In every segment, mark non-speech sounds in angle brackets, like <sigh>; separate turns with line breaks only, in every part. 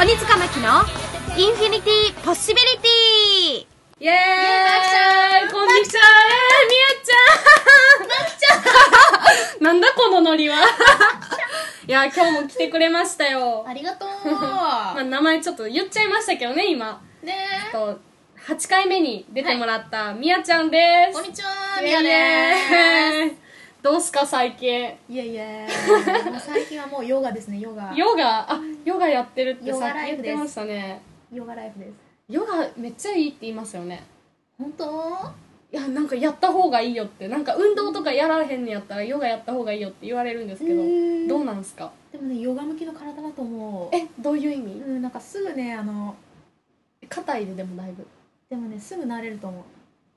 鬼塚真紀のインフィニティポッシビリティ
イエーイこんにちはえー、みゆちゃんまきちゃんなんだこのノ
<laughs>
リはいや今日も来てくれましたよ
ありがとう
<laughs> まあ、名前ちょっと言っちゃいましたけどね今
ね
えっと8回目に出てもらったみやちゃんです、
こんにちは
イ
みやで
エーイどうすか最近
すいえい <laughs> えもう最近はもうヨガですねヨガ
ヨガあヨガやってるって
ヨ
さっ
ガ
き
ライ
言っ
フ
て
です
ましたね
ヨガライフです
ヨガめっちゃいいって言いますよね
本当
いやなんかやった方がいいよってなんか運動とかやらへんのやったらヨガやった方がいいよって言われるんですけど
うーん
どうなんすか
でもねヨガ向きの体だと思う
えどういう意味
うんなんかすぐねあの
硬いででもだいぶ
でもねすぐ慣れると思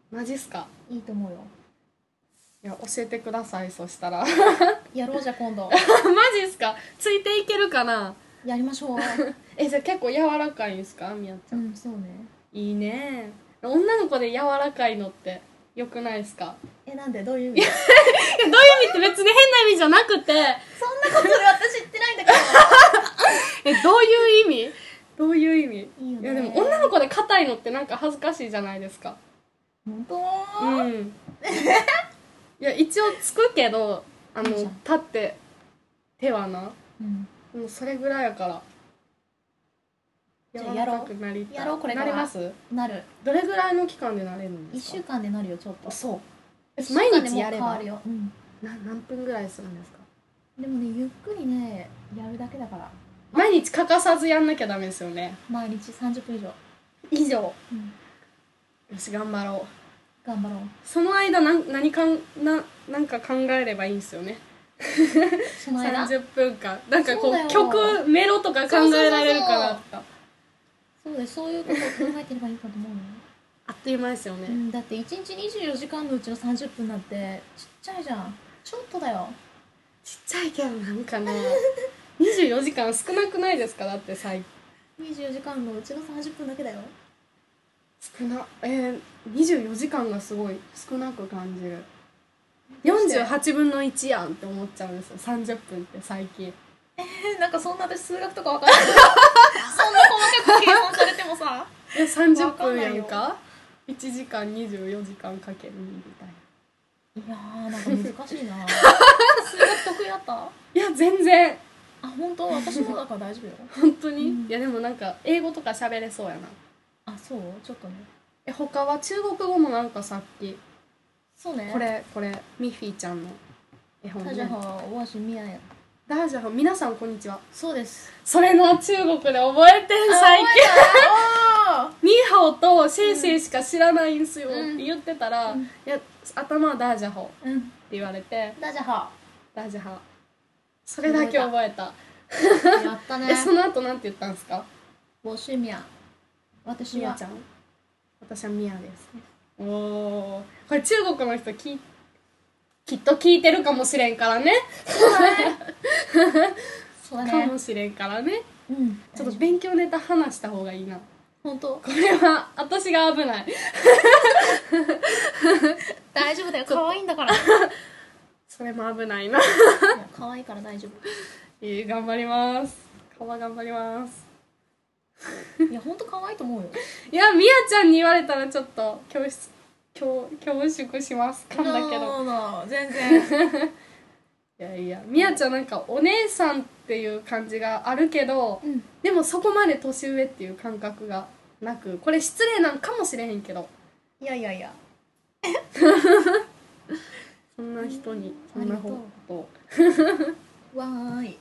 マジっすか
ういいと思うよ
いや教えてくださいそしたら <laughs> マ
やろうじゃあ <laughs> 今度
ジっすかついていけるかな
やりま <laughs> しょう
えじゃあ結構柔らかいんすかみやち
う
ゃん、
んそうね
いいね女の子で柔らかいのってよくないですか
えなんでどういう意味
えどういう意味って別に変な意味じゃなくて
そんなことで私言ってないんだけど
えどういう意味どういう意味
いいよ
い
ね
やでも女の子で硬いのってなんか恥ずかしいじゃないですか
<laughs> 本
う
当
ん <laughs> いや一応つくけどあの
いいじ
立
ゃん
って手はな
うん
もうそれぐらいやから
じゃあやろう
柔らかくなりたい
やろうこれから
なります
なる
どれぐらいの期間でなれるんで
1
すか
週間でなるよちょっと
あそうえ毎日やれば
一週間でもう変わるよ、うん
な何分ぐらいするんですか
でもねゆっくりねやるだけだから
毎日欠かさずやんなきゃダメですよね
毎日30分以上、
以上よ
うん、
し頑張ろう
頑張ろう
その間なん何かんななんか考えればいいんですよね
その間
30分間なんかこ
そうだよ
う曲メロとか考えられるかなとか
そうですそういうことを考えてればいいかと思うよ、
あっという間ですよ
う
ね、
ん、だって1日24時間のうちの30分なんてちっちゃいじゃんちょっとだよ
ちっちゃいけどなんか
<laughs>
ね24時間少なくないですかだって最近
24時間のうちの30分だけだよ <laughs>
少なえー、24時間がすごい少なく感じる48分の1やんって思っちゃうんですよ30分って最近
えなんかそんな私数学とか
<laughs>
わかんないそんな細かく計算されてもさ
え
わ
30
かん
分
な
や
いよ
んか1時間24時間かける2みたいない
やーなんか難しいな数学得意だったあ
いや全然
本当私もだから大丈夫よ
本当に、
うん
いやでもなんか英語とか喋れそうやな
あそうちょっとね
え他は中国語もなんかさっき
そうね
これこれミッフィーちゃんの絵本
大
ね
家好我是米安
ダージャホ皆さんこんにちは
そうです
それの中国で覚えてん最近
近
ニーハオとシェイシェイしか知らないんすよって言ってたら、
うん
いや頭はダージャホって
<laughs> うん
言われて
大家
<laughs>
好
ダージャハそれだけ覚えた
やったね
えその後なんて言ったんですか
我是米安私
ミヤ
は
ちゃん私はミヤですおおこれ中国の人ききっと聞いてるかもしれんからね
そうだ
か
ね
もしれんからね
うん
ちょっと勉強ネタ話した方がいいな
本当
これは私が危ない
大丈夫だよ可愛いんだ <laughs> からい
それも危ないな
や可愛いから大丈 <laughs>
えー頑張ります顔は頑張ります
夫いや本当可愛いと思うよ
いやみやちゃんに言われたらちょっと恐縮恐恐縮しますかんだけど
No, no, no, 全然
いやいやみやちゃんなんかお姉さんっていう感じがあるけど
うん
でもそこまで年上っていう感覚がなくこれ失礼なんかもしれへんけど
いやいやいや
そんな人にそんなことを
わーい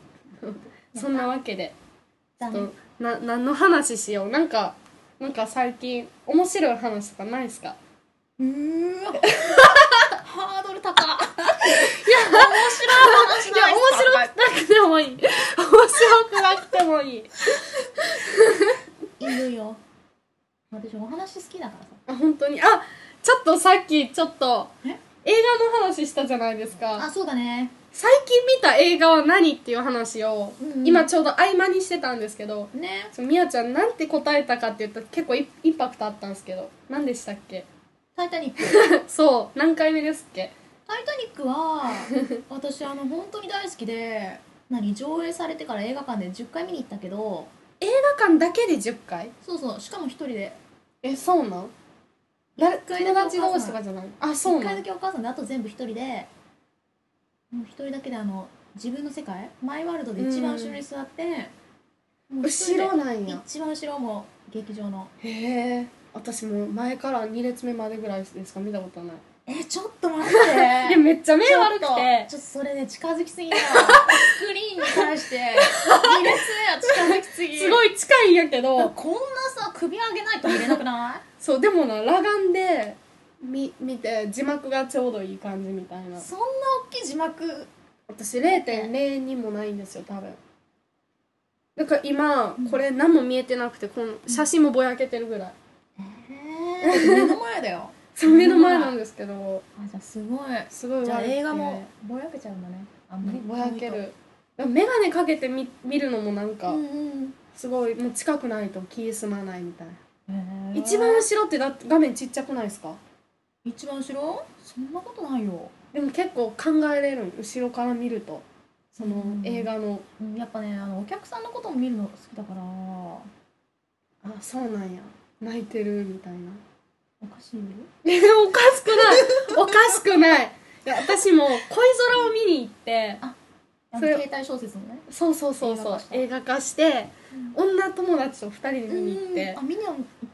そんなわけで
だ
ちょっ
ね
とな何の話しようなんかなんか最近面白い話とかないですか
うー <laughs> わハードル高いや面白い話
いや
ないっすか
面白くなくてもいい面白くなくてもいい
いるよ私お話好きだからさ
あ本当にあちょっとさっきちょっと
え
映画の話したじゃないです
あ
か
そうだね
最近見た映画は何っていう話を、
うんうん
今ちょうど合間にしてたんですけど
ね
みやちゃんなんて答えたかって言ったら結構イインパクトあったんですけど何でしたっけ <laughs>
タイタニック
そう何回目ですっけ
タイタニックは私あの本当に大好きで何上映されてから映画館で10回見に行ったけど
映画館だけで10回
そうそうしかも一人で
えそうなんだ
回だ
友
け
達同士とかじゃないあそうな
一回だ
ん
けお母さんであと全部一人でもう一人だけであの自分の世界マイワールドで一番後ろに座って、もう一人
後
で
ろなんや
一番後ろも劇場の
へえ私もう前から2列目までぐらいですか見たことない
え <laughs> ちょっと待って
いやめっちゃ目
ちょっ
悪
と
くて
ちょっとそれね近づきすぎだスクリーンに
<laughs>
対して2列目は近づきすぎ
すごい近いんやけど
こんなさ首上げないと見れなくな
そうでもな裸眼で見見て字幕がちょうどいい感じみたいない
<laughs> そんな大きい字幕
私0.02もないんですよ多分だから今これ何も見えてなくてこの写真もぼやけてるぐらい
えー、目の前だよ
そう目の前なんですけど
あじゃあすごい
すごい悪くて
じゃあ映画もぼやけちゃうんだねあんまり
ぼやける眼鏡かけて見見るのもなん
う
か
んうん
すごいもう近くないと気済まないみたいな
へー
一番後ろってだって画面ちっちゃくないですか
一番後ろそんなことないよ、
でも結構考えれるん後ろから見るとその
うん
映画の
うん、やっぱねあのお客さんのことも見るの好きだからお
あそうなんや泣いてるみたいな
かしい
え <laughs> おかしくないおかしくないいや私も恋空を見に行って
あの
それ
携帯小説のね
そうそうそうそう映
映
画化して
うん
女友達と2人で見に行って
あ見に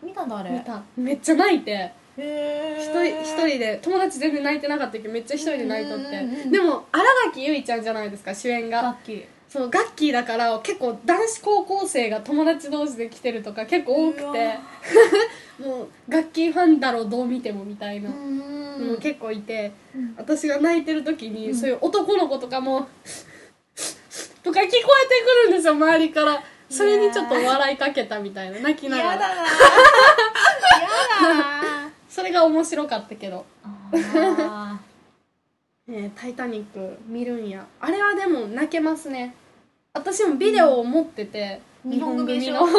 見たんだあれ
見ためっちゃ泣いて
へー
一人一人で友達全然泣いてなかったけどめっちゃ一人で泣いとっ
うんうんう
て
ん
でも新垣結衣ちゃんじゃないですか主演
ガ
が
ッキー
そうガッキーだから結構男子高校生が友達同士で来てるとか結構多く
うわ
て <laughs> もうガッキーファンだろうどう見てもみたいな
うん
もう結構いて、
うん
私が泣いてる時に、
うん
そういう男の子とかも <laughs> とか聞こえてくるんですよ周りからそれにちょっと笑いかけたみたいな泣きなが
嫌だ
ら
な嫌だな
それが面白かったけど
あ
「ねえタイタニック」見るんやあれはでも泣けますね私もビデオを持ってて、
うん
日本組
日
の <laughs>
本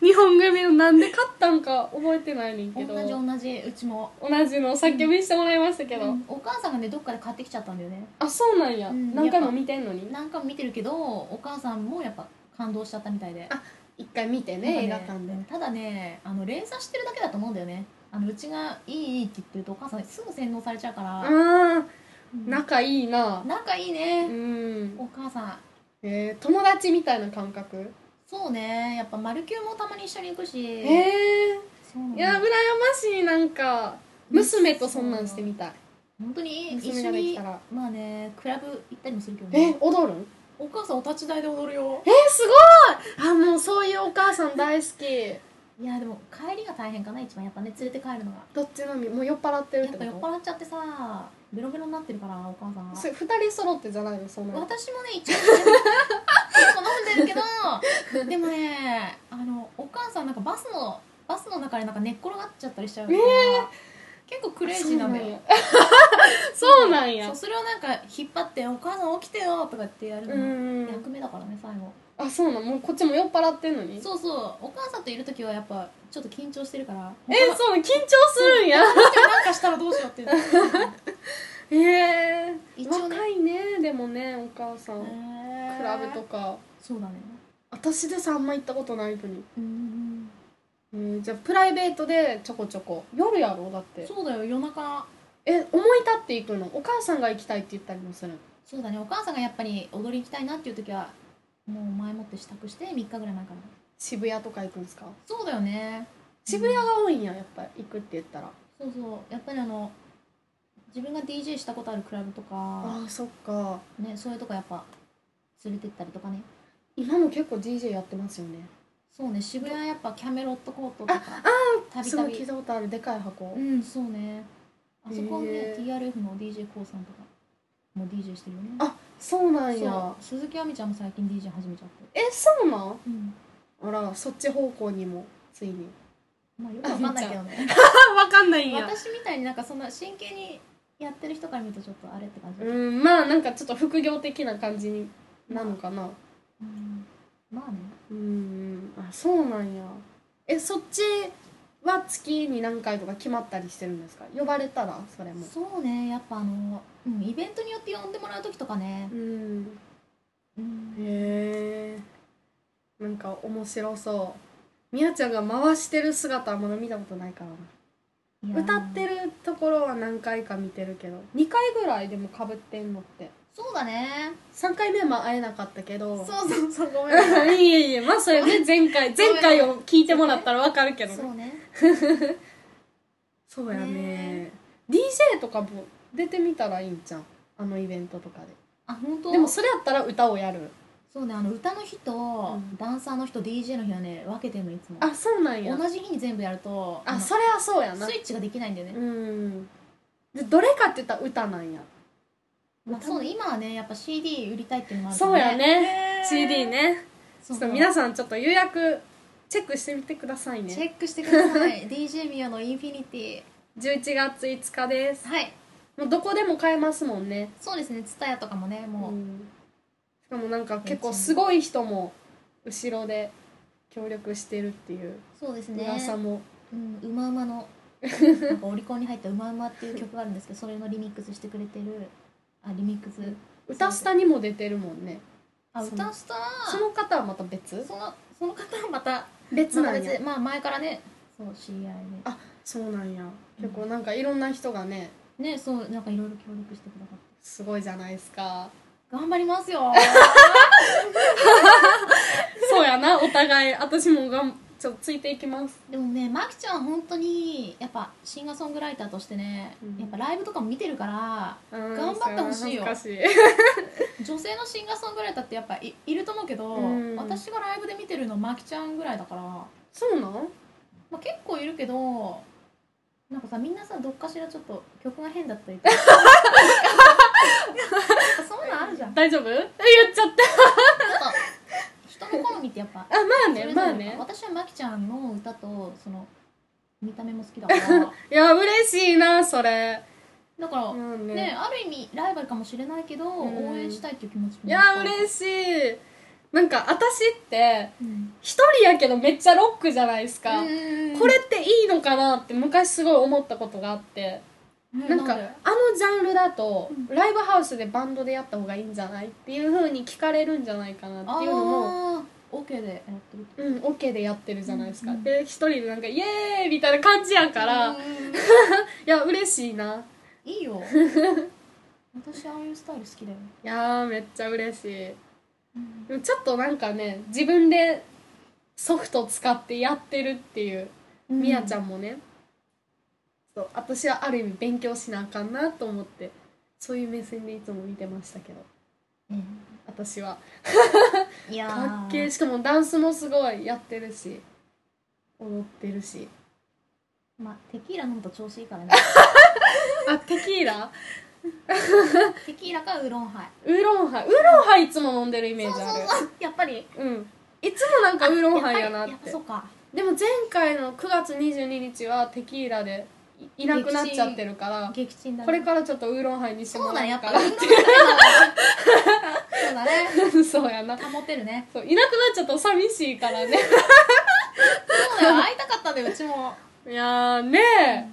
日本組のなんで買ったんか覚えてないねんけ
ー
ど
同じ同じうちも
同じのお酒見してもらいましたけど、
うんお母さんがねどっかで買ってきちゃったんだよね
あそうなんや、
うん
何回も見てんのに
何回も見てるけどお母さんもやっぱ感動しちゃったみたいで
あ一回見て
なんか
ね映画館で
ただねあの連鎖してるだけだと思うんだよねあのうちがいいいいって言ってるとお母さんすぐ洗脳されちゃうから、
あ
うん
ー仲いいな
仲いいうね、
ん、
お母さん
えー、友達みたいな感覚
そうねやっぱマルキューもたまに一緒に行くし
ええ
そうなの
ー、いや羨ましいなんか娘とそんなんしてみたい
本当に一
娘
緒
ができ
に
たら
まあねクラブ行ったりもするけど
え
ね
踊るん
お母さんお立ち台で踊るよ
えー、すごいあもうそういうお母さん大好き
いやでも帰りが大変かな一番やっぱね連れて帰るのが
どっちのみもう酔っ払ってる
や
っ
ってぱ酔っ
こ
払っちゃってさベロベロになってるからお母さん
と
が
それ二人揃ってじゃないのそんなの
私もね一応結構飲んでるけどで <laughs> もねあのお母さんなんかバスのバスの中でなんか寝っ転がっちゃったりしちゃうから、結構クレイジーなんだよ
そうなん
そ
や
うそれをなんか引っ張って「お母さん起きてよ」とかってやる
う
の
ん
も
うんうん
役目だからね最後
あそうなんもうこっちも酔っ払ってんのに
そうそうお母さんといる時はやっぱちょっと緊張してるから
え
他の
そう緊張するんや
なんかしたらどうしようっていうの <laughs>
ええ
一応ね
若いねでもねお母さん、クラブと
か
か
そうだね
私でさあんま行ったことないのに、
うん
えーじゃあプライベートでちょこちょこ夜やろうだっ
うん
て
そうだよ夜中
え思い立って行くのお母さんが行きたいって言ったりもするの
そうだねお母さんがやっぱり踊り行きたいなっていう時はもう前もって支度して3日ぐらい前から
渋谷とか行くんですか
そうだよね
渋谷が多いんややっぱ行くって言ったら、
そうそうやっぱりあの自分が DJ したことあるクラブとか、
あーそっか
ね、そういうとこやっぱ連れてったりとかね
今も結構 DJ やってますよね
そうね渋谷やっぱキャメロットコートとかたび
す
た
ごい聞い
び
たことあるでかい箱、
うんそうねあそこはね
へー
TRF の d j k o さんとかも DJ してるよね
あそうなんや
そう鈴木亜美ちゃんも最近 DJ 始めちゃって
えそうなん
うん
あらそっち方向にもついに
まあよくわかんないけどね
あわかんない
私みたいになんかそんな真剣にやってる人から見るとちょっとあれって感じ、
うんまあなんかちょっと副業的な感じになのかな
うんまあね
うんあそうなんやえそっちは月に何回とか決まったりしてるんですか呼ばれたらそれも
そうねやっぱあの、うん、イベントによって呼んでもらう時とかね
う、ん
うん
へえなんか面白そうみやちゃんが回してる姿はまだ見たことないからない
やー
歌ってるところは何回か見てるけど2回ぐらいでもかぶってんのって
そうだね
3回目はまあ会えなかったけど
そうそうそうごめんなさ
<laughs>
い
いえいえまあそれね前回前回を聞いてもらったらわかるけどね
<laughs> そうね
そうやね
ね
DJ とかも出てみたらいいんじゃんあのイベントとか
あ本当
ででもそれやったら歌をやる
そうねあの歌の日と、
ん
ダンサーの日と DJ の日はね分けてるのいつも
あそうなんや
同じ日に全部やると
あ
の
それはそうやな
スイッチができないんだよね、
うんでどれかって言ったら歌なんや
まあ、そうね今はねやっぱ CD 売りたいっていうのもあるか
そう
ら
やね CD ねち
そ
ょ
う
っ
そ
と
う
皆さんちょっと予約チェックしてみてください
チェ
ね
ックしてください <laughs> DJ ミオのインフィニテ
11月5日です
ィはい
もうどこでも買えますもんね
そうですね TSUTAYA とかもねもう、
うんしかもなんか結構すごい人も後ろで協力してるっていう
そうですね
噂も、
うん、うまう
<laughs>
まのなんかオリコンに入った「うまうま」っていう曲があるんですけどそれのリミックスしてくれてるあリミックス
歌スタにも出てるもんね
あ
その
歌した
その方はまた別
そのその方はまた
別
また
なん
別
や
でまあ前からねそう知り合い
あそうなんや結構なんかいろんな人がね
でねそうなんかいろいろ協力してくださっ
すごいじゃないですか
て頑張りますよ
そうやなお互い私もがんちょっとついていきます
でもねまきちゃんは本当にやっぱシンガーソングライターとしてね、
うん
やっぱライブとかも見てるから
頑
張ってほしいよ
難しい
女性のシンガーソングライターってやっぱいいると思うけど、
うん
私がライブで見てるのまきちゃんぐらいだから、ま
そうなん
あ、結構いるけどなんかさみんなさどっかしらちょっと曲が変だった
<laughs>
りとかそういうのあるじゃん
大丈夫え言っちゃった
人の好みってやっぱ
あまあ
そ
ね
れぞれ
ま
だ
あ
から
ね
私はまきちゃんの歌とその見た目も好きだから
いや嬉しいなそれ
だから、
うん
ねある意味ライバルかもしれないけど、
ん
応援したいっていう気持ちも
いや
しい、
嬉しいなんか私って
うん
一人やけどめっちゃロックじゃないですか、
うん
これっていいのかなって昔すごい思ったことがあって
うん
なんかあ
で
のジャンルだと
うん
ライブハウスでバンドでやった方がいいんじゃないっていう風に聞かれるんじゃないかな
あ
っていうのも
ー OK でやってる
うん、オケでやってるじゃないですか、
うんうん
で一人でなんかイエーイみたいな感じやから、
う
い
ん
や嬉しいない <laughs>
いよ私ああいうスタイル好きだよ、
いやーめっちゃ嬉しいでもちょっとなんかね自分でソフト使ってやってるっていうみやちゃ
ん
んもねそう私はある意味勉強しなあかんなと思ってそういう目線でいつも見てましたけど私はい
やー
かっけーしかもダンスもすごいやってるし踊ってるし
まあテキーラ飲むと調子いいからね
<laughs> あテキーラ
テキーラかウーロンハイ
ウーロンハイウーロンハイいつも飲んでるイメージある
う <laughs> やっぱり
うんいつもなんかウーロンハイやなっ
やっぱ
て
そうか
でも前回の9月22日はテキーラでいいなくなっちゃってるから
撃沈だね
これからちょっとウーロンハイにして
そ
も
うだ
らおう
ねや
か
っぱ
な
ウーロンハイだ <laughs> そうだ
<laughs>
ね
そうやな
保て
<laughs>
るね
そういなくなっちゃったら寂しいから <laughs> ね
そうだよ会いたかったんだようちも
いやーね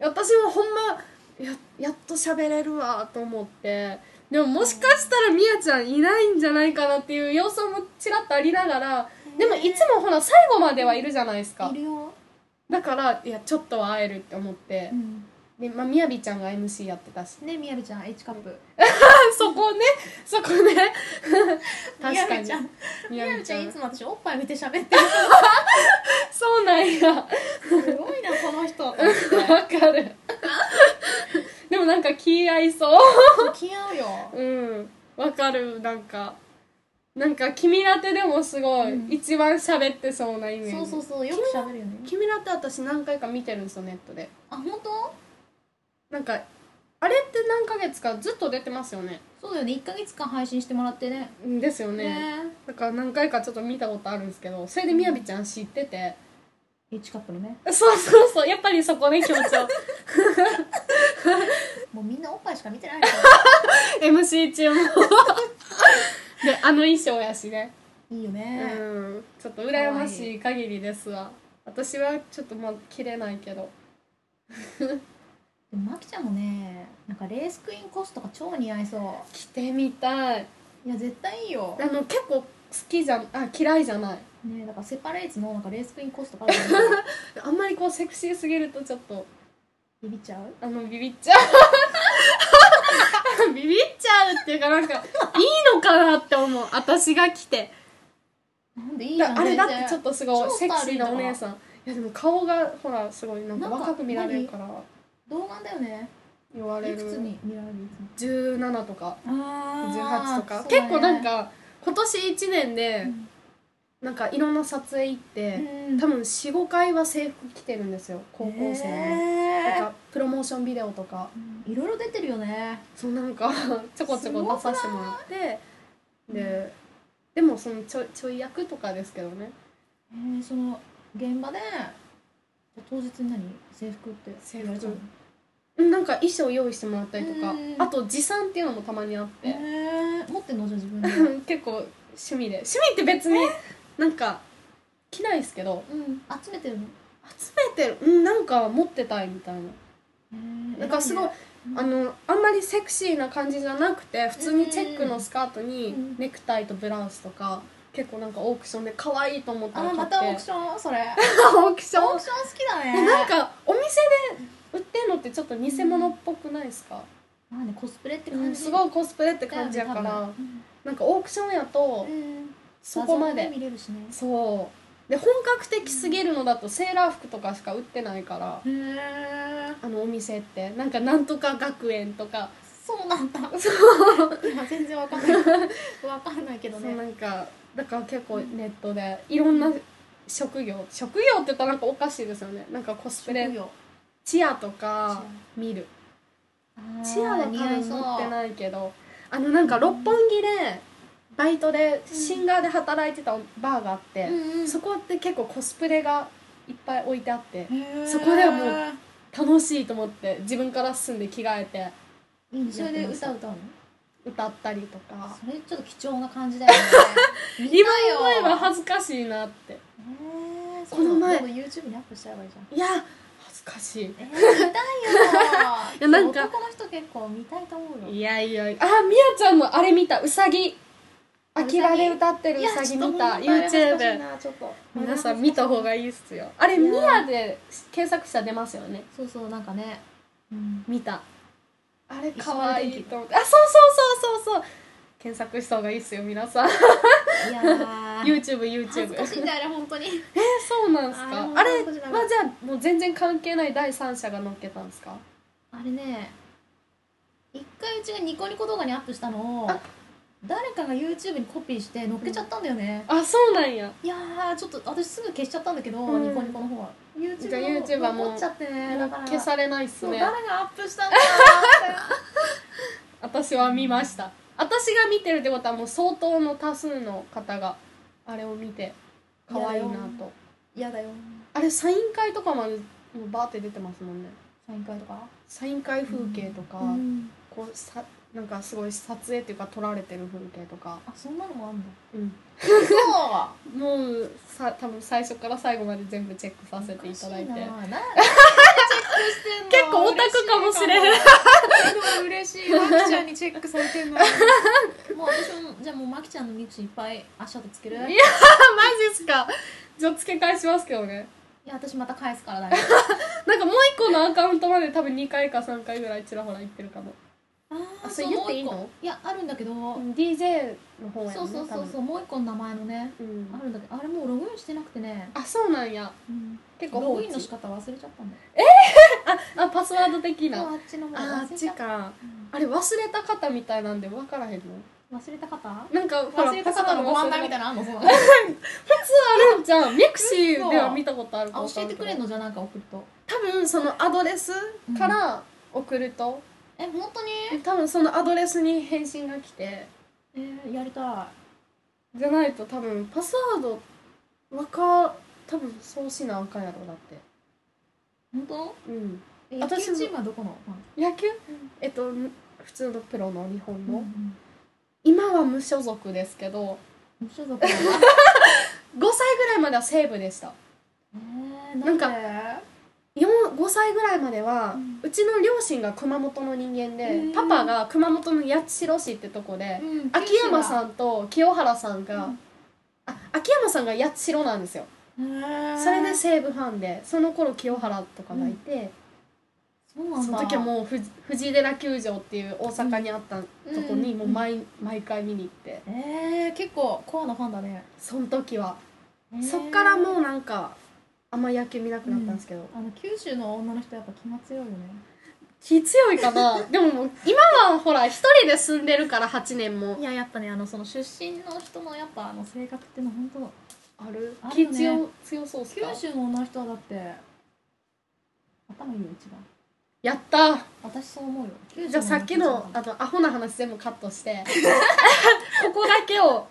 え私もほんまややっと喋れるわと思ってでももしかしたらみやちゃんいないんじゃないかなっていう様子もちらっとありながらでもいつもほら最後まではいるじゃないですか
いるよ、
だからいやちょっとは会えるって思って
うん、
で、まあ、みやびちゃんが MC やってたし
ねみやびちゃん H カップ
<laughs> そこねそこね <laughs> 確か
みやび
に
ちゃんみ
み
や
や
び
び
ち
ち
ゃ
ゃ
ん
ん
いつも私おっぱい見て喋ってる
そうなんや
すごいなこの人 <laughs>
わか <laughs> るでもなんか気合いそう
気合うよ
うんわかるなんかなんか君らてでもすごい、
うん
一番喋ってそうなイメージ
そうそうそうよく喋るよね
君らて私何回か見てるんですよネットで
あ本当
なんかあれって何ヶ月かずっと出てますよね
そうだよね1か月間配信してもらってね
うんですよね
ね
だから何回かちょっと見たことあるんですけどそれでみやびちゃん知ってて、
H カップのね
そうそうそうやっぱりそこね強調 <laughs>
もうみんなおっぱいしか見てないから <laughs>
MC 中 <laughs> もであの衣装やしね
いいよね
うんちょっと羨ましい限りですわ私はちょっとまあ着れないけど
でもまきちゃんもねなんかレースクイーンコスとか超似合いそ
着てみたいう
いや絶対いいよ
あの結構好きじゃんあ嫌いじゃない
ねだからセパレーツのなんかレースクイーンコストから <laughs> ビ
あんまりこうセクシーすぎるとちょっと
ビっちゃう
あのビビっ <laughs> ちゃうビビっちゃうっていうかなんかいいのかなって思う私が来て
なんでいい
い
じゃ
や
ん
あれだっ
全
て
然
ちょっとすごい
超
セクシーな
スタ
お
イルいい
姉
な
さんいやでも顔がほらすごいなんか
なんか
若く見られるから
童顔だよね
言われ
いくつ
る
に見られるいつも
17とか18
あ
とか、結構なんか今年1年で、
ん
なんかいろんな撮影行って、多
多
分45回は制服着てるんですよ高校生の、なん
ね
かプロモーションビデオとか
いろいろ出てるよね
そうなん
<laughs>
かちょこちょこ出させてもらってで、でもそのちょちょい役とかですけどね
えーその現場で当日に何制服って
制服
言われちゃうの
うんなんか衣装用意してもらったりとか、
うん
あと持参っていうのもたまにあって、
えー持ってんのじゃあ自分で
<laughs> 結構趣味で趣味って別になんか着ないですけど
うん集めてるの
集めてるうんなんか持ってたいみたいなな
なん
かすごいあのあんまりセクシーな感じじゃなくて普通にチェックのスカートに
うん
ネクタイとブラウスとか結構なんかオークションで可愛いと思った
あ
ら
ー
買
ま
って
たオークション <laughs> それ
オークション
オークション好きだ
え
ね
なんかお店で売ってるのってちょっと偽物っぽくないですか、
まあねコスプレって
う
感
ん
じ
すごいコスプレって感じやか
だ
ら
よね多分
なんかオークションやと
うん
そこま
画像
で
見れるしね
そうで本格的すぎるのだとセーラー服とかしか売ってないから
へえ
あのお店ってなんかなんとか学園とか
そうなんだ
そ
いや全然わか
<laughs>
んないわかんないけど
そうな
ね
んかだから結構ネットでいろんな職業職業って言ったらなんかおかしいですよねなんかコスプレ
業
チアとか見るチアは多
似合い
分
そう
持ってないけどあのなんか六本木でバイトでシンガーで働いてたバーがあって、
うんうん
そこって結構コスプレがいっぱい置いてあって
へー
そこではもう楽しいと思って自分から進んで着替えて
いいねそれで
やってました
歌歌うの
歌ったりとか
それちょっと貴重な感じだよね見
<laughs>
た
今思えば
よ
恥ずかしいなって
えー
この前
そうなのでも YouTube にアップしちゃえばいいじゃん
いや恥ずかしい
えー、見 <laughs> たいよ
いやなんか
男の人結構見たいと思うよ
いやいやあみやちゃんのあれ見たうさぎ
あ
あきらで歌ってるうさぎ見た YouTube
ちょっと
皆さん見た方がいいっすよあれ
いや
ミヤで検索したら出ますよね
そうそうなんかね、
<laughs>
うん、
見たあれ
か
か
わ
わ
い
い
い
いと思ってあそうそうそうそうそう検索した方がいいっすよ皆さん
いやー
YouTubeYouTube
恥ずかしいんだよね本当に
えーそうなんすかあ
あ
れ
れ
はじゃあもう全然関係ない第三者が乗っけたんですか
あれね一回うちがニコニコ動画にアップしたのを
あ
誰かが YouTube にコピーして載っけちゃったんだよね、
あそうなんや
いやーちょっと私すぐ消しちゃったんだけど、
うん
ニコニコの方は YouTube
じゃあ YouTube はもう
残っちゃってねだから
消されないっす
そう
ね
誰がアップしたんだろ
<laughs>
うっ
私は見ました私が見てるってことはもう相当の多数の方があれを見て可愛いなと
て嫌だよ
あれサイン会とかまでもうバーって出てますもんね
サイン会とか
サイン会風景とか、
うん
こうさなんかすごい撮影っていうか撮られてる風景とか、
あそんなのも
<laughs>
あんだ
うん、
そう
もうさ多分最初から最後まで全部チェックさせていた <laughs> だいて
なチェッ
結
クしてんの
構オタクかもしれん
嬉しいかも嬉しいマキちゃんにチェックされてんのもう私もじゃあもうマキちゃんのミクシーいっぱい足跡つける
いやマジっすかじゃあ付け返しますけどね
いや私また返すからだけど
なんかもう一個のアカウントまで多分2回か3回ぐらいちらほら言ってるかも
あ
あそれ言っていいの
もう一個いやあるんだけど、
DJ の方やね
そうそうそう
多
そうもう一個の名前のね
分うん
あるんだけどあれもうログインしてなくてね、
あそうなんや結構
ロ
放
グ
置
インの仕方忘れちゃったんだよ
あパスワード的
あ
な
あっちのも
ああ
忘
っ
れち
ち
ゃった、
か
うん
あれ忘れた方みたいなんで分からへんの
忘れた方
なんかほら
忘れた方のご案内みた
い
いなのあんのその
あるんじゃんミクシーでは見たことあるか
あ
分か
教え
らん
て
け
く
ど
れんのじゃあなんか送ると
多分そのアドレスから送ると、
え本当に
多分そのアドレスに返信が来て
えー、やりた
じゃないと多分パスワード分か多分そうしなあかんやろだって
い本当
うん
え野球
私も
チームはどこの
野球、えっと普通のプロの日本の、
うんうん
今は無所属ですけど
無所属だな
5歳ぐらいまでは西武でした
えー、
なんか
で
よん5歳ぐらいまでは、
う
うんちの両親が熊本の人間で、
うん
パパが熊本の八代市ってとこで、
うん
秋山
ん
さんと清原さんがあ秋山さんが八代なんですよそれで西武ファンでその頃清原とかがいて、
そうなんだ
その時はもうふ藤井寺球場っていう大阪にあったとこに
うん
もう毎,、毎回見に行って
えー、結構コアなファンだね、
その時は、
えー
そっからもうなんかあんま野球見なくなったんですけど、
あの九州の女の人やっぱ気が強いよね
気強いか
<laughs>
なでももう今はほら一人で住んでるから8年も
いややっぱねあのその出身の人のやっぱあの性格っていうの本当
ある
ある
気
よね
強,、強そうっす
九
か
州の女の人はだって頭いいよ一番
やった
私そう思うよ九州
じゃあさっきの
あ
あのアホな話全部カットして
<laughs>
ここだけを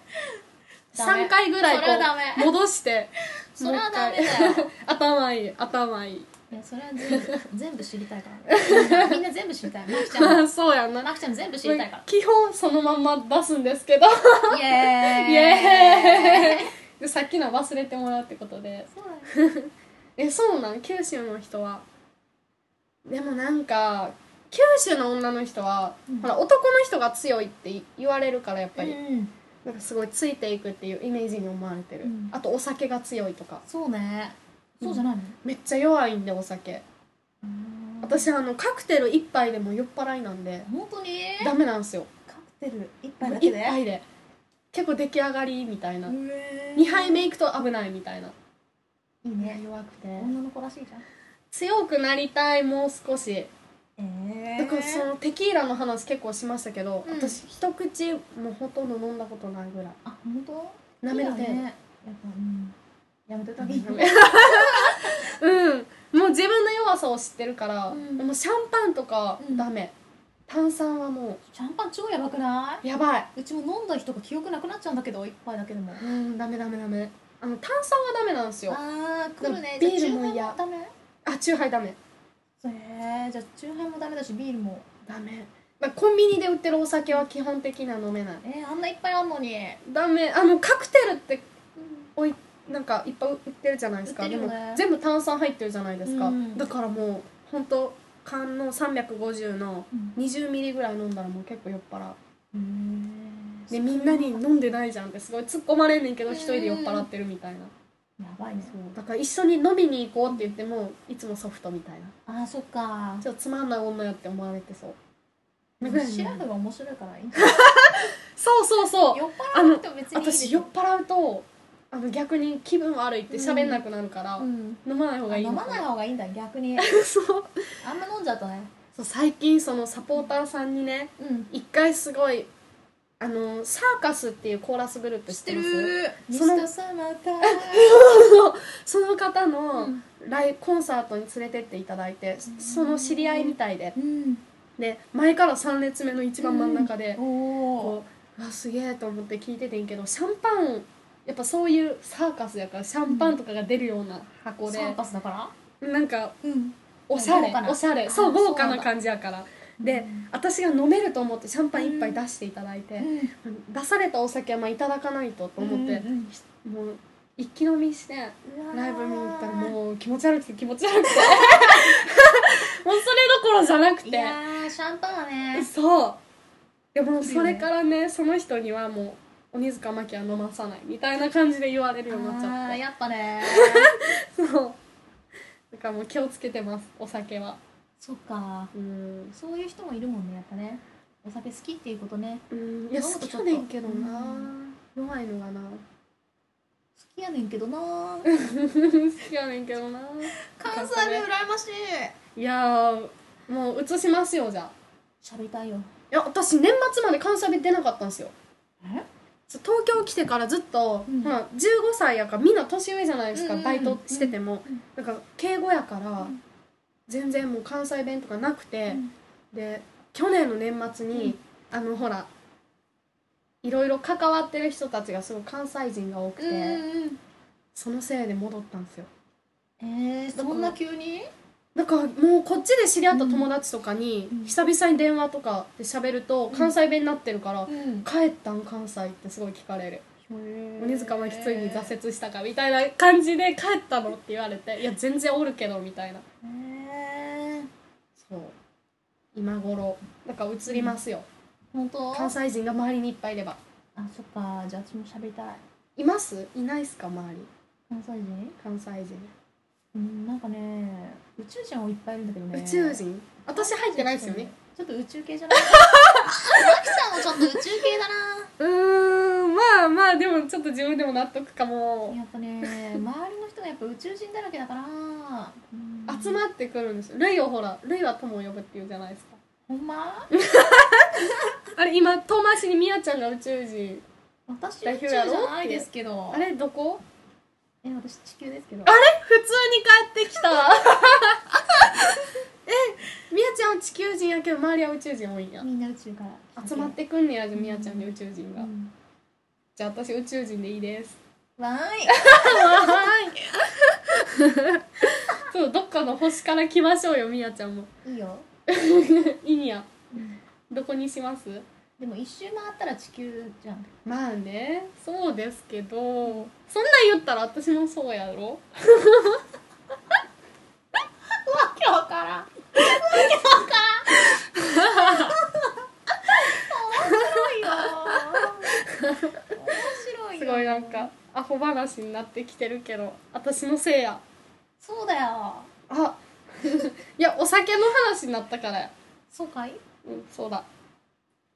ダメ
3回ぐらい
それはダ
こう
メ
戻して
それはダメだ
もう一
よ
回頭いい頭いい
いやそれは全部全部知りたいからね <laughs> みんな全部知りたいマキちゃん
<laughs> そうやんな
マキちゃん全部知りたいか
基本そのまんま出すんですけど
らイエーイ
イエでさっきのは忘れてもらうってことで
そうだね
えそうなん九州の人はでもなんか九州の女の人は、
うん
ほら男の人が強いって言われるからやっぱり、
うん、
なんかすごいついていくっていうイメージに思われてる、
うん
あとお酒が強いとか
そうねそうじゃないの、
めっちゃ弱いんでお酒
うん
私あのカクテル1杯でも酔っ払いなんで
本当に
ダメなんですよ
カクテル一杯だけ
1
で
杯で結構出来上がりみたいな、
うえー
2杯目いくと危ないみたいない
いね
弱くて
女の子らしいじゃん
強くなりたいもう少し
え
だからそのテキーラの話結構しましたけど、
うん
私一口もうほとんど飲んだことないぐらい
あ本当
舐める程度
いいよねやっぱうんやめといた方がいいよ
<laughs> うんもう自分の弱さを知ってるから、
うん
もうシャンパンとか
うん
ダメ、炭酸はも
シャンパン超やばくな
うやばい
いうちも飲んだ日とか記憶なくなっちゃうんだけど一杯だけでも
うんダメダメダメあの炭酸はダメなんですよ
あー来るね
でも
じゃあ
ビールも嫌
チューハイダメ
あチューハイダメ
それじゃあチューハイもダメだしビールも
ダメ、まあ、コンビニで売ってるお酒は基本的には飲めない
えー、あんないっぱいあんのに、
ダメあのカクテルっておいなんかいっぱい売ってるじゃないですか、
売って
で
るよ
も
ね
全部炭酸入ってるじゃないですか、
うん
だからもう本当缶の350の
うん
20ミリぐらい飲んだらもう結構酔っ払う
うん
でみんなに飲んでないじゃんってすごい突っ込まれんねんけど
うん
一人で酔っ払ってるみたいな、
やばいね
そうだから一緒に飲みに行こうって言ってもいつもソフトみたいな
あーそっか
ちょっとつまんない女やって思われて <laughs> そう
シ
ぐらい
ラ
ね
フが面白いからいいんじゃ
そうそうそう
ない酔っ払うなくても別にいいで
私
し
酔っ
ょ
払うとあの逆に気分悪いって喋んなくなるから、
うん
飲まない方がいい
飲
の
ま
か
ない方がいいんだ逆に
<laughs> そう
あんま飲んじゃうとね
そう最近そのサポーターさんにね
うん
一回すごいあのサーカスっていうコーラスグループ知ってます
ミ
その
スタサマータイ
<laughs> その方
ム
のライ、コンサートに連れてっていただいてその知り合いみたいで
うん
で前から3列目の一番真ん中で、
お
こううわすげえと思って聞いててんけどシャンパンやっぱそういうサーカスやからシャンパンとかが出るような箱
お
で
サ、ーカスだから
なんか
うん
おしゃ
豪
れ
華な
おしゃれ
あ
そう
そう
豪華な感じやからで、私が飲めると思ってシャンパン一杯出していただいて、出されたお酒はまあいただかないとと思って、もう一気飲みしてライブ見に行ったら
う
もう気持ち悪くて気持 <laughs> ち悪くてもうそれどころじゃなく
い
て
やーシャンパンはね
そうでもそれからねその人にはもう鬼塚真紀は飲まさないみたいな感じで言われるようになっち
あ
ゃ
ー
って
やっぱね
<laughs> そうだからもう気をつけてますお酒は
そっか
うん
そういう人もいるもんねやっぱねお酒好きっていうことね
うんいや
飲
好
む
き
とち
や
ょっと
ねんけどな
うん
弱いのがな
好きやねんけどなー
<laughs> 好きやねんけど <laughs> な
関西で羨ましい
いやーもう移しますよじゃあ
喋りたいよ
いや私年末まで関西弁出なかったんですよ
え
そう東京来てからずっと、
うん
ほら15歳やからみんな年上じゃないですか、
うんうん
バイトしてても、
うん
だから敬語やから、
ん
全然もう関西弁とかなくて、
うん
で去年の年末に、あのほらいろいろ関わってる人たちがすごい関西人が多くて、
うん
そのせいで戻ったんですよ
えーそんな急に
だからもうこっちで知り合った友達とかに、
うん
久々に電話とかで喋ると関西弁になってるから、
ん
帰ったん関西ってすごい聞かれる鬼
鬼
塚はきついに挫折したかみたいな感じで帰ったのって言われていや全然おるけどみたいな
えー
そう今頃だから移りますよ、
本当
関西人が周りにいっぱいいれば
あそっかじゃあ私も喋りたい
いますいないっすか周り
関西人
関西人、
うんなんかね宇宙人をいっぱいいるんだけどね
宇宙人私入ってないですよね
ちょっと宇宙
<laughs>
系じゃないマキさんもちょっと宇宙系だな
うーんまあまあでもちょっと自分でも納得かも
やっぱね周りの人がやっぱ宇宙人だらけだからうん
集まってくるんですよルイをほらルイは友を呼ぶって言うじゃないですか
ほんま
あれ今遠回しにみやちゃんが宇宙人
私宇宙じゃないですけど
あれどこ
え私地球ですけど
あれ普通に帰ってき <laughs> たえみやちゃんは地球人やけど周りは宇宙人多いんや
みんな宇宙から
集まってくんねやじゃあみやちゃんで宇宙人
う
が、
ん
じゃあ私宇宙人でいい <laughs> です
わーい
そうどっかの星から来ましょうよみやちゃんも
いいよ、
いいんや
うん
どこにします
でも一周回ったら地球じゃん
まあねそうですけどそんなん言ったら私もそうやろ
わけわからんわけわからん面白いよ面白いよ
すごいなんかアホ話になってきてるけど私のせいや
そうだよ
あ <laughs> いやお酒の話になったからや
そうかい
うんそうだ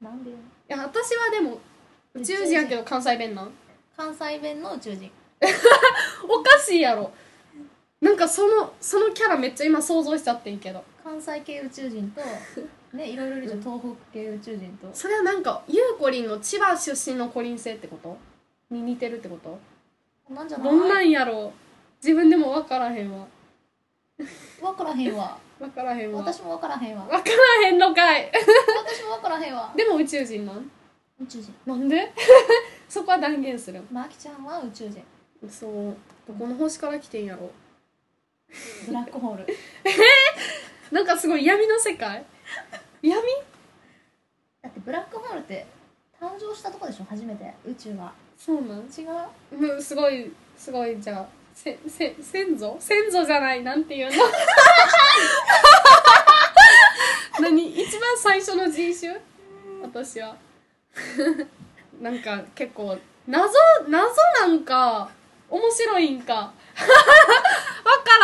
なんで
いや私はでも宇宙人やけど関西弁なん
関西弁の宇宙人
おかしいやろなんかそのそのキャラめっちゃ今想像しちゃってんけど
関西系宇宙人と
<laughs>
ねいろいろいるじゃん東北系宇宙人と
それはなんかゆうこりんの千葉出身のこりん性ってことに似てるってこと
こんなんじゃない
どんなんやろう自分でも分からへんわ
わからへんわ
分からへんわ
私もわからへんわ
分からへんのかい
私もわからへんわ
でも宇宙人なん
宇宙人
なんで <laughs> そこは断言する
まきちゃんは宇宙人
そうどこの星から来てんやろ
ブラックホール
なんかすごい闇の世界闇
だってブラックホールって誕生したとこでしょ初めて宇宙が
そうなん
違う
うんすごいすごいじゃあせせ先祖先祖じゃないなんていうの <laughs> 何一番最初の人種私は <laughs> なんか結構謎謎なんか面白いんか分か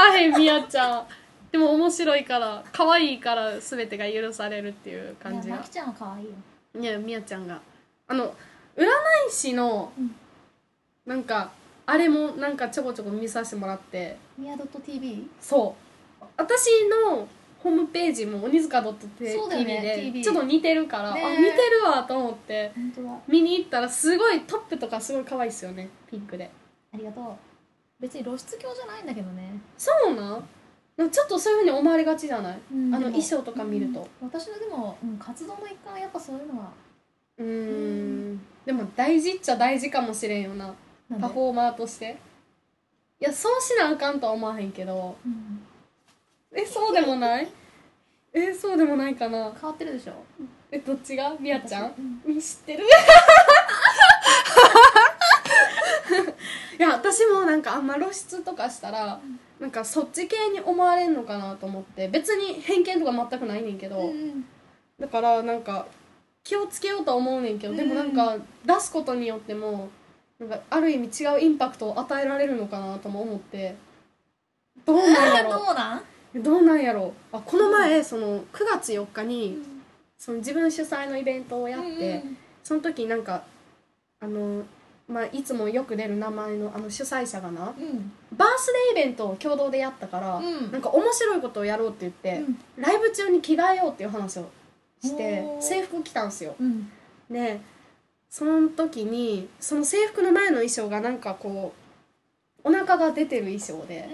らへんみやちゃんでも面白いから可愛いから全てが許されるっていう感じ
いや
が
まきちゃんは可愛いよ
いやみやちゃんがあの占い師の、
うん
なんかあれもなんかちょこちょこ見させてもらって
ミヤドット TV
そう私のホームページも鬼塚 .tv
そうだよね
で、
TV
ちょっと似てるから、
ね
あ
え
似てるわと思って
本当だ
見に行ったらすごいトップとかすごい可愛いですよねピンクで
ありがとう別に露出鏡じゃないんだけどね、
そうなんでもちょっとそういうふうに思われがちじゃないあの
でも
衣装とか見ると
うん私のでも、うん、活動の一環はやっぱそういうのは
うーんでも大事っちゃ大事かもしれんよな
なんで
パフォーマーとしていやそうしなあかんとは思わへんけど
うん
えそうでもないえそうでもないかな
変わってるでしょ
えどっちがみやちゃ
私うん
んみ知ってる <laughs> いや私もなんかあんま露出とかしたらなんかそっち系に思われんのかなと思って別に偏見とか全くないねんけど、
うん
だからなんか気をつけようとは思うねんけど、でもなんか出すことによってもなんかある意味違うインパクトを与えられるのかなとも思ってどうなんや
あ
ろ
どうなん
うどうなんやろうあこの前その9月4日にその自分主催のイベントをやって、
うん
その時なんかあの、まあ、いつもよく出る名前のあの主催者がな
うん
バースデーイベントを共同でやったから、
うん
なんか面白いことをやろうって言って。ライブ中に着替えようっていう話をして
おー
制服着たんですよ
うん
でその時にその制服の前の衣装がなんかこうお腹が出てる衣装で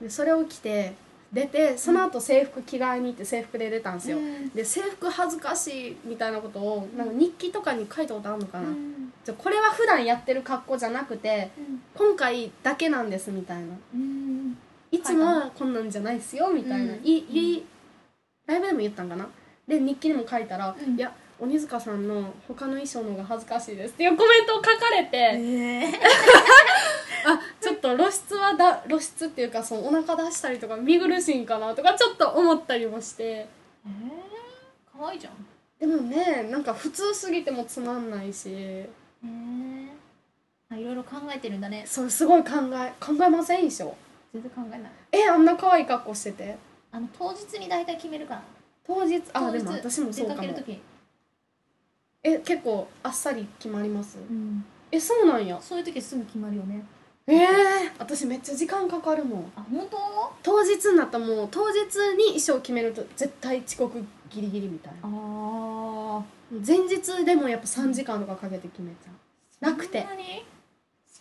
うん
でそれを着て出てその後制服着替えに行って制服で出たんですよ、
うん
で制服恥ずかしいみたいなことをなんか日記とかに書いたことあるのか
う
な、
ん
じゃあこれは普段やってる格好じゃなくて今回だけなんですみたいな
うん
いつもはこんなんじゃないっすよみたいな、
うん
いいライブでも言ったんかなで日記にも書いたら「
うん
いや鬼塚さんの他の衣装の方が恥ずかしいです」っていうコメントを書かれて、
ええ
あちょっと露出はだ露出っていうかそのお腹出したりとか見苦しいんかなとかちょっと思ったりもして
可愛いじゃん
でもねなんか普通すぎてもつまんないし
へえあいろいろ考えてるんだね
そうすごい考え考えませんでしょ
全然考えない
えあんな可愛い格好してて
あの当日に大体決めるから
当日あ
当日
でも私もそうか
出かける
も
時、
え結構あっさり決まります
うん、
えそうなんや
そういう時はすぐ決まるよね
えー、私めっちゃ時間かかるもん
あ本当あ
当日になったらもう当日に衣装決めると絶対遅刻ギリギリみたいな
あ
前日でもやっぱ3時間とかかけて決めちゃうなくて
そんなに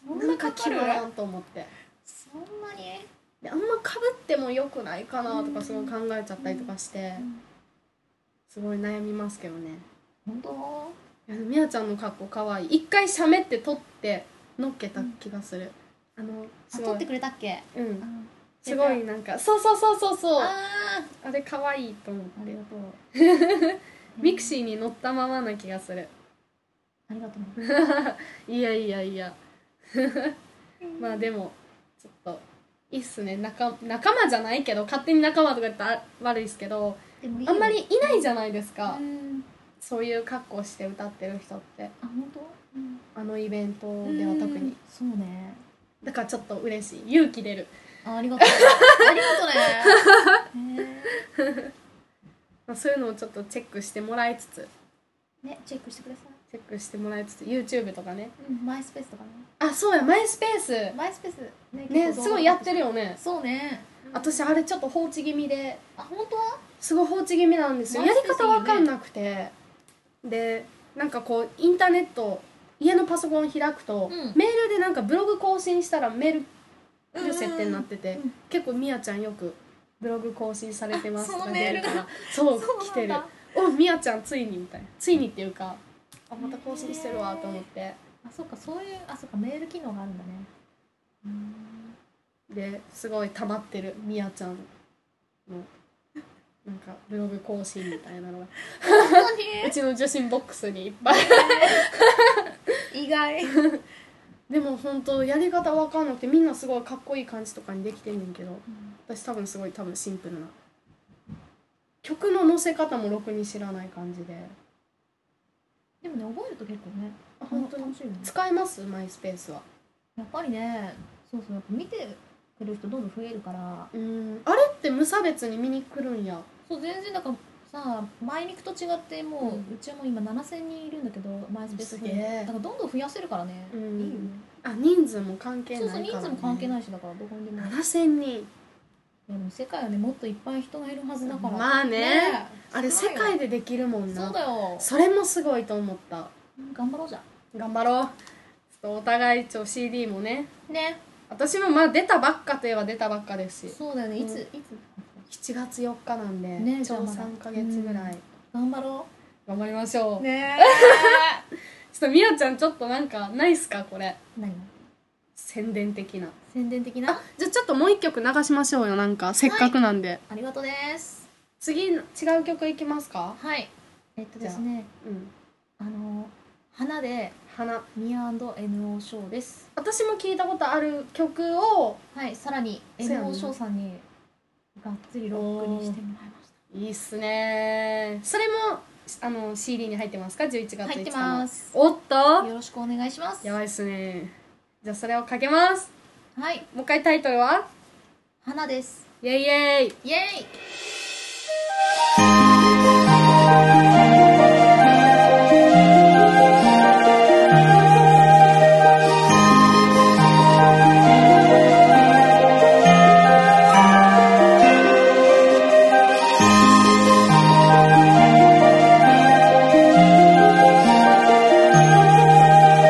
そん
な
なん
か
か
決
かる
まらんと思って
そんなに
であんまかぶってもよくないかなとかすごい考えちゃったりとかしてすごい悩みますけどね
本当
いやでもみやちゃんの格好かわいい一回しゃべって撮ってのっけた気がする、あの
あ
す
撮
ご
って
い
くれたっけ
うん
あ
すごいなんかそうそうそうそうそうあ
あ
れ可愛いと思っ
ーあり
て
がとう <laughs>
ミクシーに乗ったままな気がする
ありがとう
いやいやいやまあでもちょっといいっすね仲仲間じゃないけど勝手に仲間とか言ったら悪いっすけど
でもいいよ
あんまりいないじゃないですか、
うん
そういう格好して歌ってる人って
あ本当うん
あのイベントでは特
う
に
んそうね
だからちょっと嬉しい勇気出る、
あありがとうありがとね
<laughs>
へ
まあ、そういうのをちょっとチェックしてもらいつつ
えねチェックしてください
チェックしてもらいつつ YouTube とかね
うんマイスペースとかね
あそうやマイスペース
マイスペースね
ね
結構
すごいやってるよね
そうね
私あれちょっと放置気味で
あ本当
すごい放置気味なんですよ
マ
や
イス
り
ペース
方わかんなくてでなんかこうインターネット家のパソコン開くと、
うん
メールでなんかブログ更新したらメール来る設定になってて、
うん
結構みやちゃんよくブログ更新されてますと
あ
か
そのメール
出
が
るからそう
そうなんだ
来てるおみやちゃんついにみたいなついにっていうかあまた更新してるわと思って
あそっかそういうあそっかメール機能があるんだね
ですごい溜まってるみやちゃんのなんかブログ更新みたいなのが
本当
う <laughs>
に
ちの女子ボックスにいっぱい
意外
でも本当やり方わかんなくてみんなすごいかっこいい感じとかにできてんねんけど私多分すごい多分シンプルな曲の載せ方もろくに知らない感じで
でもね覚えると結構ね
あ本当に
楽しいよね
使いますマイスペースは
やっぱりねそうそうやっぱ見てくれる人どんどん増えるから
うんあれって無差別に見に来るんや
そう全然だからさ前ミクと違ってもう、うちはもう今7000人いるんだけどマイスペース
すげえ
だからどんどん増やせるからね、
うん
いいよね
あ人数も関係
そう
ない
そ
か
う
ら、ね、
人数も関係ないいしだからどこにでも
7000人
でも世界はねもっといっぱい人がいるはずだから
まあねあれ世
少ないよ
界でできるもん
そ
な
うだよ
それもすごいと思った
頑張ろうじゃ
頑張ろうちょっとお互い一応 CD もね
んね
私もまあ出たばっかといえば出たばっかですし
そうだよねい
う
つ、
ん
いつ
7月4日なんで、
ね
ちょうど3か月ぐらい、
頑張ろ
頑張りましょう、
うね
ちょっとみやちゃんちょっとなんかないっすかこれ
<laughs> 何
宣伝的な
宣伝的な
じゃあちょっともう一曲流しましょうよなんかせっかくなんで、
ありがとうです
次違う曲いきますか
はいえっとですね
うん
あの花で
花
ミヤ &NO ショーです
私も聞いたことある曲を
はいさらに
そうやね
NO ショーさんにがっつりロックにしてもらいまし
いいっすねそれもあの CD に入ってますか11月5日の
入ってます
おったと
よろしくお願いします
や
は
ばいっすねじゃあそれをかけます
い
もう一回タイトルは
花です
イエイイエイ
イエーイ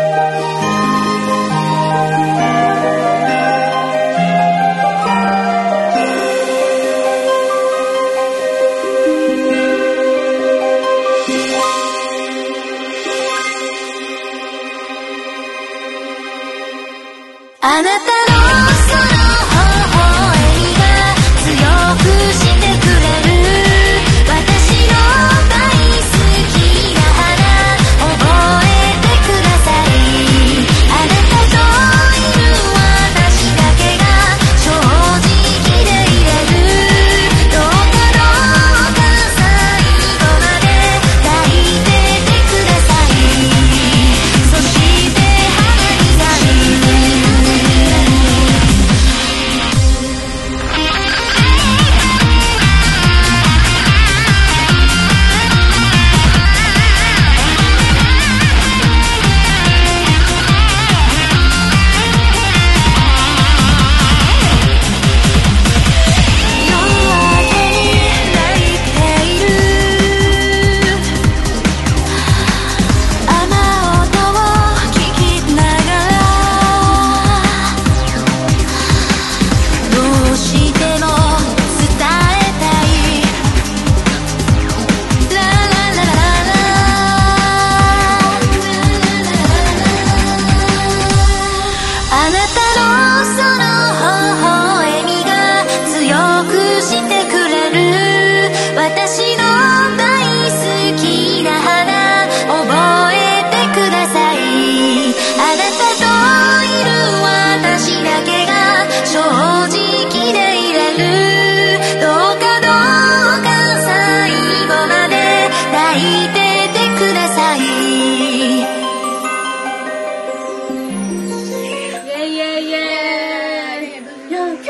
「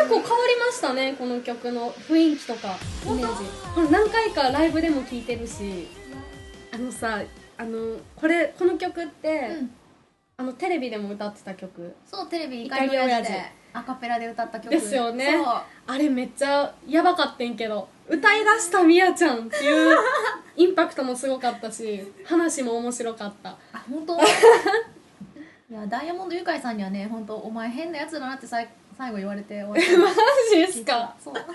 構変わりましたねこの曲の雰囲気とかイメージこれ何回かライブでも聴いてるしあのさあのこれこの曲って、
うん
あのテレビでも歌ってた曲
そうテレビ「怒りのやつ」でアカペラで歌った曲
ですよね
そう
あれめっちゃやばかってんけど歌いだしたみやちゃんっていう
<laughs>
インパクトもすごかったし話も面白かった
あ本
<laughs>
当いやダイヤモンドユカイさんにはね本当お前変なやつだなってさい最後言われて終わ
<laughs>
っ
マジです
た
か
そう <laughs>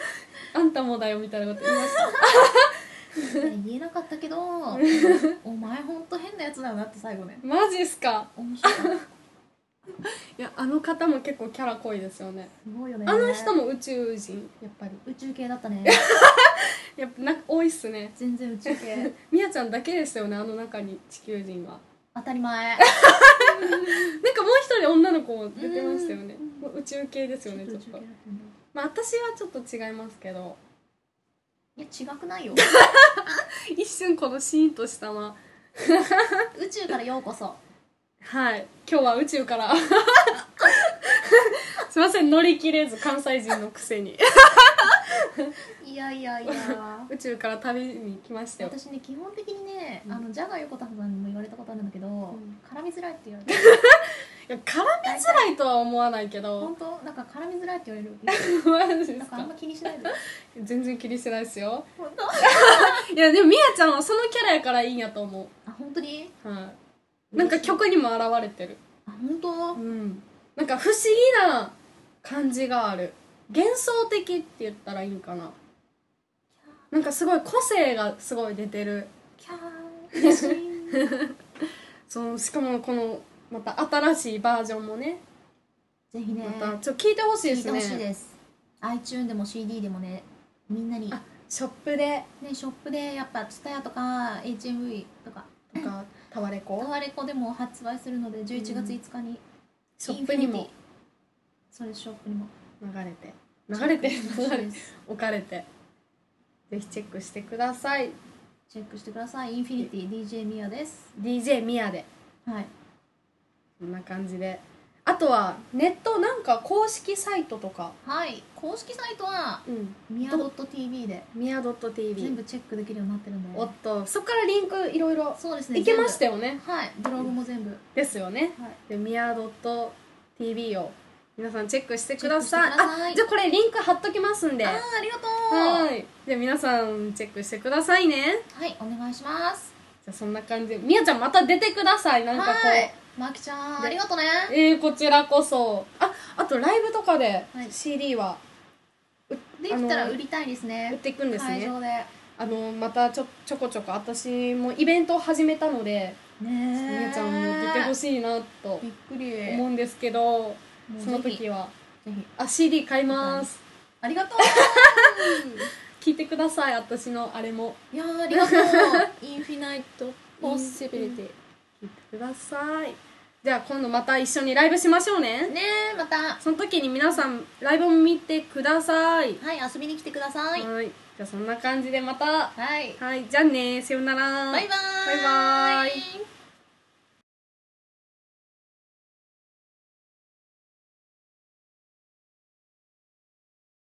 あんたもだよみたいなこと言いました
言えなかった
<laughs>
けどお前本当変なやつだよなって最後ね
マジっすか <laughs>
面白いす
いやあの方も結構キャラ濃いですよね
ごいよね
あの人も宇宙人やっぱり
宇宙系だったね
やっぱなんか多いっすね
全然宇宙系
みやちゃんだけですよねあの中に地球人は
当たり <laughs> 前
なんかもう一人女の子も出てましたよねもう宇宙系ですよねちょっ
宇宙系だ
と
ったん
まあ私はちょっと違いますけど
だいや違く <laughs> ないよ
一瞬このシーンとしたま
宇宙からようこそ
はい今日は宇宙から <laughs> すいません乗り切れず関西人のくせに
いやいやいや
宇宙から旅に来ましたよ
<laughs> 私ね基本的にね、
うん
あのジャガー横田さんにも言われたことあるんだけど、
ん
絡みづらいって言われて
いや絡みづらいとは思わないけど
本当なんか絡みづらいって言われ
<laughs>
る <laughs>
マジで
なん
す
かあん
か
ま気にしないで
全然気にしてないですよ
本 <laughs> 当
いやでもみやちゃんはそのキャラやからいいんやと思
あ本当に
うはいなんか曲にも表れてる
あ本当
うんなんか不思議な感じがある幻想的って言ったらいいんかななんかすごい個性がすごい出てる
キャー嬉しい
そのしかもこのまた新しいバージョンもね
<laughs> ぜひね
またちょっと聞いてほしいで
聞いて
す
ほ
ね
しいです、iTune でも CD でもねみんなに
あショップで
ねショップでやっぱ TSUTAYA とか HMV とか
とかタワレ
タ
コ
ワレコでも発売するので11月5日に、
ショップにも
それショップにも
流れて流れて
チェックし
流
てほ
れ
しい
て
です
<laughs> 置かれてぜひチェックしてください
チェックしてくださいインフィニティ DJ ミヤです
DJ ミヤで
はい
こんな感じであとはネットなんか公式サイトとか
はい公式サイトは
うん
ミヤ .tv で
ミヤ
全
.tv
部チェックできるようになってるんで
おっとそこからリンクいろいろ
そうですね
いけましたたよね
はいブログも全部、
ですよね
はい
でミヤ .tv を皆さんチェックしてください
チェックしてください
あじゃあこれリンク貼っときますんで
あ
は
あありがとう
ーいじゃあ皆さんチェックしてくださいね
はいお願いします
じゃあそんな感じでみやちゃんまた出てくださいなんかこ
はいまきちゃん
で
ありがとうね
うえー、こちらこそああとライブとかで
はい
CD は
できた
あ
ら
の
売りたいです
売っ
ね
ていくんです
会
ね
場で
あのまたちょちょこちょこ私もイベントを始めたので、
ね
みやちゃんも出てほ
い
しいなと
びっくり
思うんですけど
もう
その
ぜひ
時は
ぜひ
あ CD 買います
ありがと
聞いてください私のあれも
ういやーありがとうインフィナイトポッシビリテ
聞いてくださいじゃあ今度また一緒にライブしましょうね
ィねえまたは
その時に皆さんライブも見てください
い遊びに来てください
はいじゃあそんな感じでまた
はい
はいじゃあねさようなら
バイバー
バ
イ
イバーイ